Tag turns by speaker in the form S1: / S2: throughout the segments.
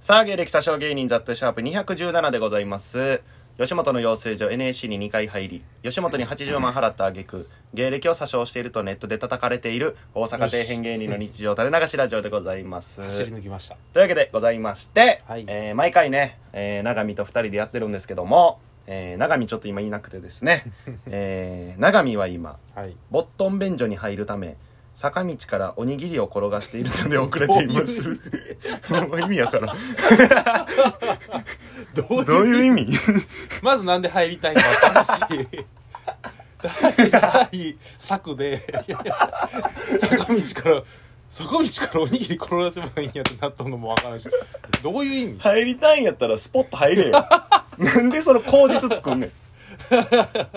S1: さあ、芸歴詐称芸人ザットシャープ217でございます。吉本の養成所 NAC に2回入り、吉本に80万払った挙句、芸歴を詐称しているとネットで叩かれている大阪底辺芸人の日常垂れ流しラジオでございます。
S2: 走り抜きました
S1: というわけでございまして、
S2: はい
S1: えー毎回ね、えー、長見と二人でやってるんですけども、えー、長見ちょっと今いなくてです ね、えー、長見は今、
S2: はい
S1: ボットン便所に入るため、坂道からおにぎりを転がしているので遅れています。 もう意味やからん。
S2: どういう
S1: どういう意味
S2: まずなんで入りたいかわからんし第第策で坂道から坂道からおにぎり転がせばいいんやってなったのもわからんしどういう意味
S1: 入りたいんやったらスポット入れ よ。なんでその口実作んねん。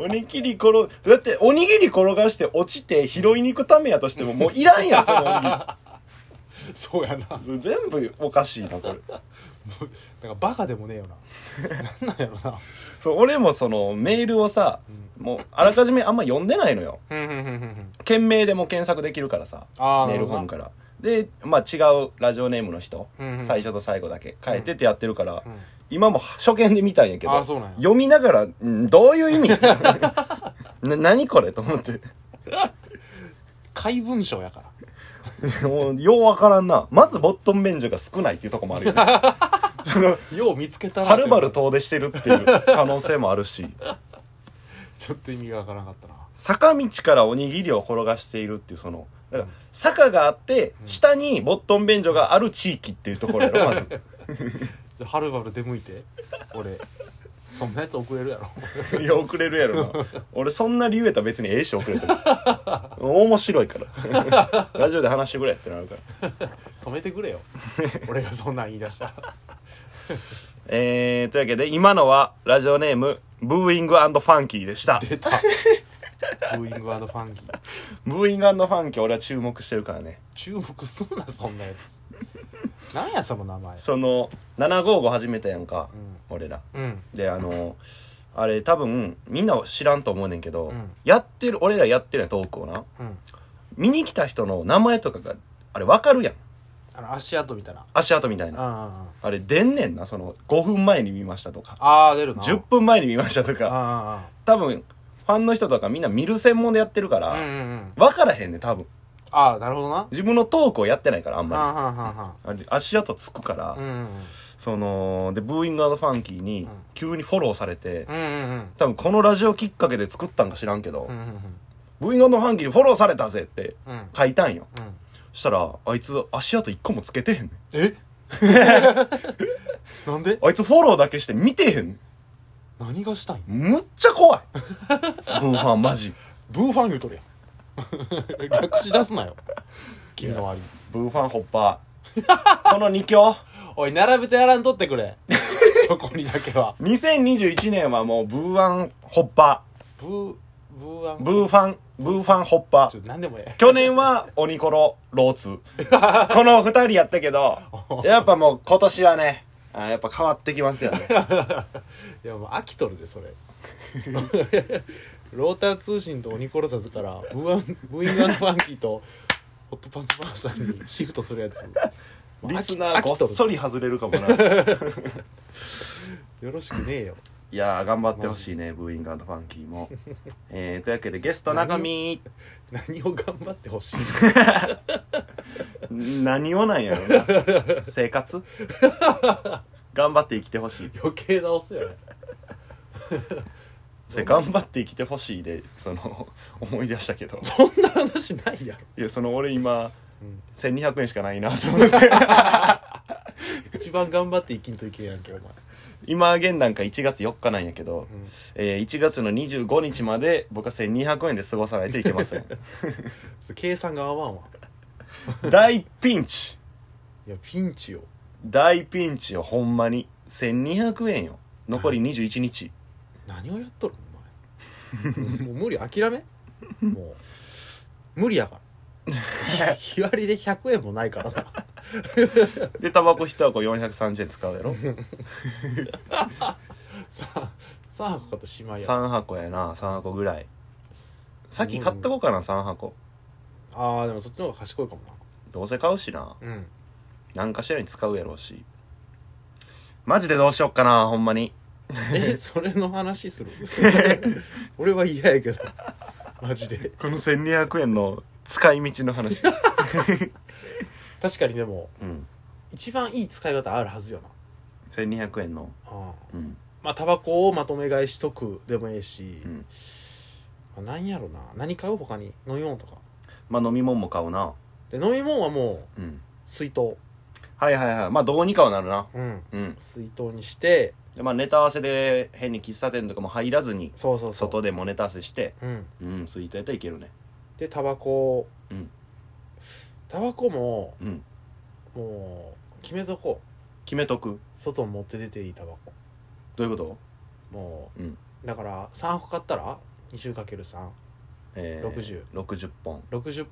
S1: おにぎり転が、だっておにぎり転がして落ちて拾いに行くためやとしてももういら んやん、そのおにぎり。
S2: そうやななんか
S1: それ全部おかしいなこれ
S2: バカでもねえよななんなんやろな
S1: そう俺もそのメールをさ、もうあらかじめあんま読んでないのよ
S2: ふんふんふんふんふん
S1: 件名でも検索できるからさ
S2: あー
S1: メール
S2: なるほどな
S1: 本からで、まあ、違うラジオネームの人、
S2: うんうん
S1: 最初と最後だけ変えてってやってるから、
S2: ん
S1: 今も初見で見たんやけど
S2: あーそうなんや
S1: 読みながらんどういう 意味な何これと思って
S2: 怪文書やから
S1: もうようわからんなまずボットン便所が少ないっていうとこもあるよね その
S2: よう見つけたな
S1: はるばる遠出してるっていう可能性もあるし
S2: ちょっと意味がわからなかったな
S1: 坂道からおにぎりを転がしているっていうそのだから坂があって下にボットン便所がある地域っていうところやろまず
S2: じゃあはるばる出向いて俺そんなやつ遅れるや ろ
S1: いや遅れるやろな俺そんな理由やったら別にええし遅れてる 面白いから ラジオで話してくれってなるから
S2: 止めてく れよ俺がそんなん言い出したら
S1: えー、というわけで今のはラジオネームブーイングファンキーでした
S2: 出たブーイングアドファンキー
S1: ブーイングファンキー俺は注目してるからね
S2: 注目すんなそんなやつなんやその名前
S1: その755始めたやんか、
S2: う
S1: 俺ら
S2: うん
S1: であのあれ多分みんな知らんと思うねんけど、
S2: うん
S1: やってる俺らやってるやんトークをな
S2: うん
S1: 見に来た人の名前とかがあれ分かるやん
S2: あの足跡みたいな
S1: 足跡みたい
S2: うん
S1: な
S2: うんうん
S1: あれ出んねんなその5分前に見ましたとか
S2: ああ出るな
S1: 10分前に見ましたとか
S2: あ
S1: 多分ファンの人とかみんな見る専門でやってるか
S2: あ
S1: ら
S2: うんうんうん
S1: 分からへんねん多分
S2: ああなるほどな
S1: 自分のトークをやってないからあん
S2: は
S1: ま
S2: んはんはんは
S1: りあれ足跡つくから、
S2: んうんうん
S1: そのでブーイングファンキーに
S2: ん
S1: 急にフォローされて、
S2: うんうんうん
S1: 多分このラジオきっかけで作ったんか知らんけど、
S2: うんうん
S1: ブーイングファンキーにフォローされたぜって
S2: うんうん
S1: 書いたんよ
S2: うん
S1: そしたらあいつ足跡一個もつけてへんねん
S2: え なんで
S1: あいつフォローだけして見てへんねん
S2: 何がしたいん
S1: むっちゃ 怖いブーファンマジ
S2: ブーファン言うとるやん略し出すなよ君の割に
S1: ブーファンホッパーこの2強
S2: おい並べてやらんとってくれ そこにだけは
S1: 2021年はもうブーワンホッパ
S2: ブーブーア
S1: ー
S2: ン
S1: ブーファンブーファンホッパ
S2: ちょ
S1: ー
S2: っと何でもええ
S1: 去年は鬼コロローツこの2人やったけ どやっぱもう今年はねあやっぱ変わってきますよ ね
S2: いやもう飽きとるでそれ ローター通信と鬼殺さずからブーアンブーイングアンドファンキーとホットパンツバーさんにシフトするやつ
S1: リスナ
S2: 飽
S1: ー
S2: き
S1: ごっ
S2: 飽きと
S1: そ
S2: る
S1: り外れるかもな
S2: よろしくねえよ
S1: いやー頑張ってほしいねブーイングファンキーもえー、というわけでゲスト中身
S2: 何を頑張ってほしいの
S1: 何をなんやろな生活頑張って生きてほしい
S2: 余計なお世話や
S1: それ頑張って生きてほしいでその 思い出したけど
S2: そんな話ないやろ
S1: いやその俺今、1200円しかないなと思って
S2: 一番頑張って生きんといけんやんけお前
S1: 今現段階1月4日なんやけど、えー1月の25日まで僕は1200円で過ごさないといけません
S2: 計算が合わんわ
S1: 大ピンチ
S2: いやピンチよ
S1: 大ピンチよほんまに1200円よ残り21日
S2: 何をやっとるのお前もう無理諦めもう無理やか ら日割りで100円もないからな
S1: でタバコ1箱430円使うやろ
S2: さ3箱買ってしまいや
S1: 3箱やな3箱ぐらいさっき買っとこうかな3箱
S2: あーでもそっちの方が賢いかも
S1: どうせ買うしな
S2: なうん
S1: 何かしらに使うやろうしマジでどうしよっかなほんまに
S2: えそれの 話する俺は嫌やけどマジで
S1: この1200円の使い道の話
S2: 確かにでも
S1: うん
S2: 一番いい使い方あるはずよな
S1: 1200円のうん
S2: まあタバコをまとめ買いしとくでもええし
S1: う、ん
S2: まあなんやろな何買う他に飲み物とか
S1: まあ飲み物も買うな
S2: で飲み物はもう
S1: うん
S2: 水筒
S1: はいはいはいまあどうにかはなるな
S2: うん
S1: うん
S2: 水筒にして
S1: でまあネタ合わせで変に喫茶店とかも入らずに
S2: そうそうそう
S1: 外でもネタ合わせして
S2: うん、
S1: うんスイートやったらいけるね
S2: でタバコ
S1: うん
S2: タバコも
S1: うん
S2: もう決めとこう
S1: 決めとく
S2: 外持って出ていいタバコ
S1: どういうこと
S2: もう、
S1: うん
S2: だから3箱買ったら 20×360
S1: えー、60本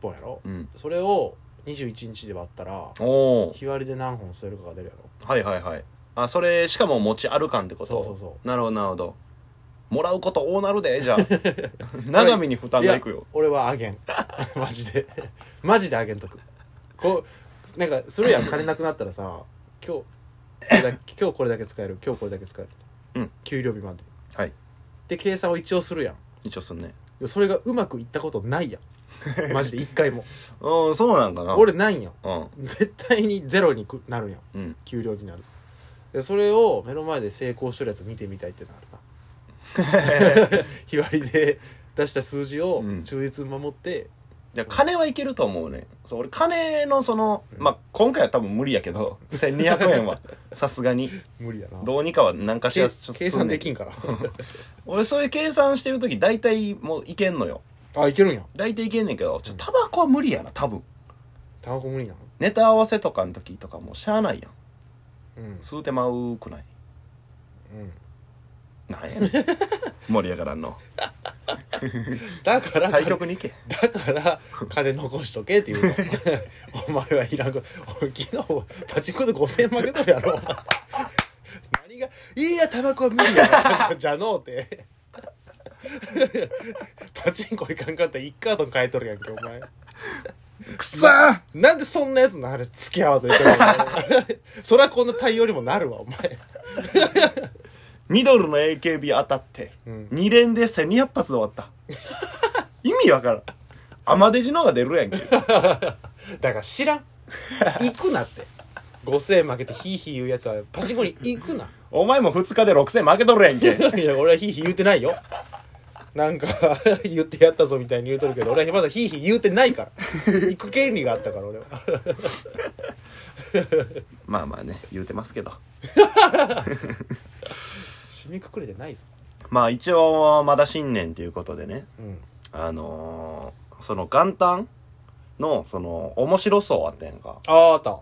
S2: 本やろ
S1: うん
S2: それを21日で割ったら
S1: おお
S2: 日割りで何本吸えるかが出るやろ
S1: はいはいはいあそれしかも持ち歩かんってこと
S2: そうそうそう
S1: なるほどなるほどもらうこと多なるでじゃあ 長見に負担がいくよ
S2: 俺はあげん マジでマジであげんとくこうなんかするやん金なくなったらさ今日これだけ 今日これだけ使える今日これだけ使える
S1: うん
S2: 給料日まで
S1: はい
S2: で計算を一応するやん
S1: 一応すんね
S2: でそれがうまくいったことないや んマジで一回も
S1: うんそうなんかな
S2: 俺ないんよ
S1: うん
S2: 絶対にゼロにくなるんよ
S1: うん
S2: 給料日になるでそれを目の前で成功してるやつ見てみたいってなる な 日割りで出した数字を
S1: うん
S2: 忠実に守って、
S1: じゃあ金はいけると思うねそう俺金のそのまあ今回は多分無理やけど1200円 はさすがに
S2: 無理やな
S1: どうにかは何かし
S2: 計
S1: らすんね
S2: 計算できんから
S1: 俺そういう計算してる時大体もういけんのよ
S2: あいけるんや
S1: 大体いけんねんけどちょタバコは無理やな多分
S2: タバコ無理なの
S1: ネタ合わせとかの時とかもしゃあないやん
S2: うんうん
S1: 吸うてまうくないなんやねん盛り上がらんの
S2: だか ら
S1: 対局に行け
S2: だから金残しとけって言うの お前はいらんこと昨日パチンコで5000円負けとるやろ何が「いいやタバコは無理や」 じゃのうてパチンコいかんかったら1カード買えとるやんけお前
S1: くさ
S2: なんでそんなやつのあれ付き合わんといてるの そりゃこんな対応にもなるわお前
S1: ミドルの AKB 当たって、
S2: うん
S1: 2連で1200発で終わった 意味わからんアマデジの方が出るやんけ
S2: だから知ら ん行くなって5000円負けてヒーヒー言うやつはパチンコに行くな
S1: お前も2日で6000負けとるやんけ
S2: いや俺はヒーヒー言うてないよなんか 言ってやったぞみたいに言うとるけど俺はまだヒーヒー言うてないから行く権利があったから俺は
S1: まあまあね言うてますけど
S2: 締めくくれてないぞ
S1: まあ一応まだ新年ということでね
S2: うん
S1: あのーその元旦のその面白そうあったやんか、
S2: あああった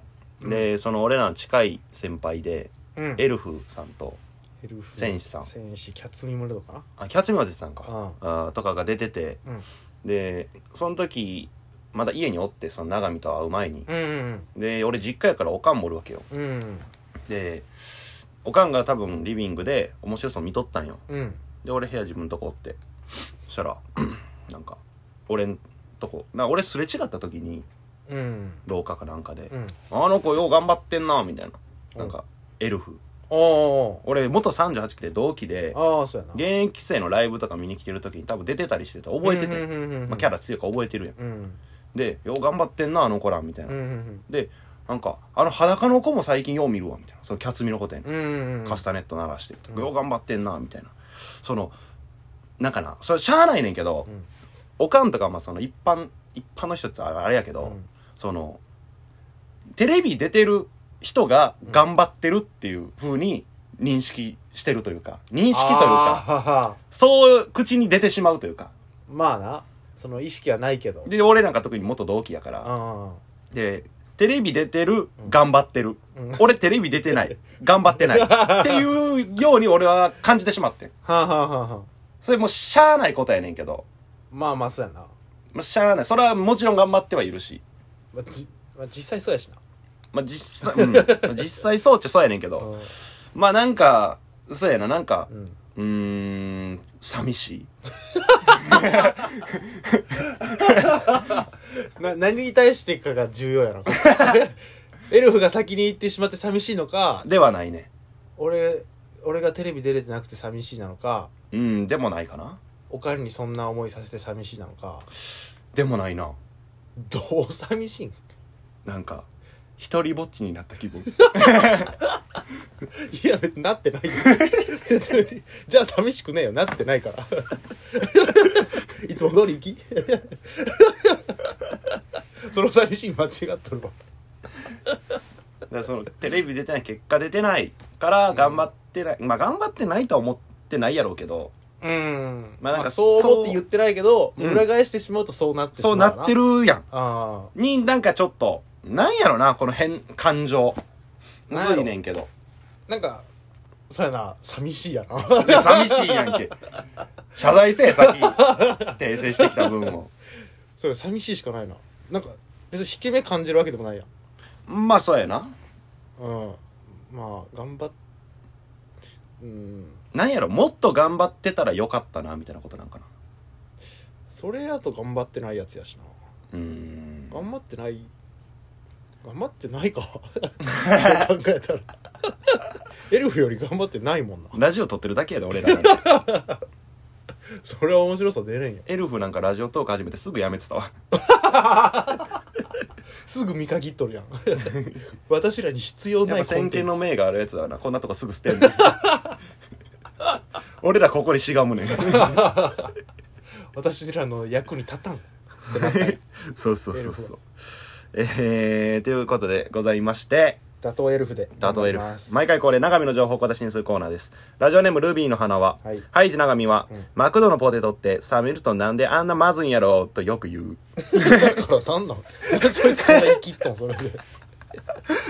S1: でその俺らの近い先輩で
S2: うん
S1: エルフさんと
S2: エルフ
S1: 戦士さん
S2: 戦士キャッツミモルとかな
S1: あキャツミマジさんか
S2: う
S1: あーとかが出てて
S2: うん
S1: でその時まだ家におってその永見と会う前に
S2: うん
S1: で俺実家やからおかんもおるわけよ
S2: うんうん
S1: でおかんが多分リビングで面白そう見とったんよ
S2: うん
S1: で俺部屋自分とこおってそしたら なんか俺んとこな俺すれ違った時に
S2: うん
S1: 廊下かなんかで
S2: うん
S1: 「あの子よう頑張ってんな」みたいななんかエルフ
S2: おー
S1: 俺元38期で同期で
S2: ああそうやな
S1: 現役生のライブとか見に来てる時に多分出てたりしてた覚えてて、
S2: うんうんうんうん
S1: まあ、キャラ強いから覚えてるやん
S2: うん
S1: で「よう頑張ってんなあの子ら」みたい
S2: うん
S1: な、
S2: うんうん
S1: でなんか「あの裸の子も最近よう見るわ」みたいなそのキャツミのことやね、
S2: うんうんうん
S1: カスタネット鳴らして「よう頑張ってんな」みたいなそのなんかなそれしゃあないねんけど、
S2: うん
S1: おかんとかまあその一般一般の人ってあれやけど、
S2: うん
S1: そのテレビ出てる人が頑張ってるっていう風に認識してるというか認識というか
S2: あーはは
S1: そう口に出てしまうというか
S2: まあなその意識はないけど
S1: で俺なんか特に元同期やから
S2: あ
S1: でテレビ出てる頑張ってる、
S2: うん
S1: 俺テレビ出てない頑張っ てないっていうように俺は感じてしまってん
S2: あはあはあはあ
S1: それもうしゃあないことやねんけど、
S2: まあまあそうやな、
S1: まあ、しゃあないそれはもちろん頑張ってはいるし、
S2: まあ、じまあ実際そうやしな
S1: まあ、実 際、うんまあ実際そうっちゃそうやねんけ
S2: う
S1: ど
S2: ん
S1: まあなんかそうやななんか
S2: うん
S1: うーん寂しい
S2: な何に対して かが重要やなエルフが先に行ってしまって寂しいのか
S1: ではないね
S2: 俺俺がテレビ出れてなくて寂しいなのか
S1: うんでもないかな
S2: おかんにそんな思いさせて寂しいなのか
S1: でもないな
S2: どう寂しいん
S1: なんか一人ぼっちになった気分
S2: いや別になってないよ 別にじゃあ寂しくねえよなってないから いつも通り行き その寂しい間違っとるわ
S1: だからそのテレビ出てない結果出てないから頑張ってない、まあ頑張ってないとは思ってないやろうけど
S2: うん
S1: まあなんか
S2: そう思って言ってないけど、
S1: うん
S2: 裏返してしまうとそうなってしま
S1: そううなってるやん
S2: あ
S1: になんかちょっとなんやろなこの変感情む
S2: なんやろ
S1: ずいねんけど
S2: あなんかそうやな寂しいやな
S1: いや寂しいやんけ謝罪せえ先に訂正してきた分を
S2: それ寂しいしかないななんか別に引け目感じるわけでもないやん
S1: まあそうやな
S2: うんまあ頑張っうん
S1: なんやろもっと頑張ってたらよかったなみたいなことなんかな
S2: それやと頑張ってないやつやしな
S1: うーん
S2: 頑張ってない頑張って ないかそう考えたらエルフより頑張ってないもんな
S1: ラジオ撮ってるだけやで俺らなん か
S2: それは面白さ出ねんよ
S1: エルフなんかラジオトーク始めてすぐやめてたわ
S2: すぐ見限っ とるやん私らに必要
S1: やっ
S2: な
S1: ぱ
S2: いコン
S1: 先
S2: テ
S1: 見
S2: ン
S1: の
S2: ツ
S1: 明があるやつだなこんなとこすぐ捨てるの 俺らここにしがむね ん
S2: 私らの役に立たん
S1: そうそうそうそう えー、ということでございまして
S2: 打倒エルフで
S1: ダートエル
S2: 頑張りま
S1: フ
S2: す
S1: 毎回恒例長見の情報小出しにするコーナーですラジオネームルビーの花は、
S2: はい
S1: ハイジ長見は、
S2: うん
S1: マクドのポテトってサムルトンなんであんなまずいんやろ とよく言う
S2: だからなんなんそいつが生きっとんそれで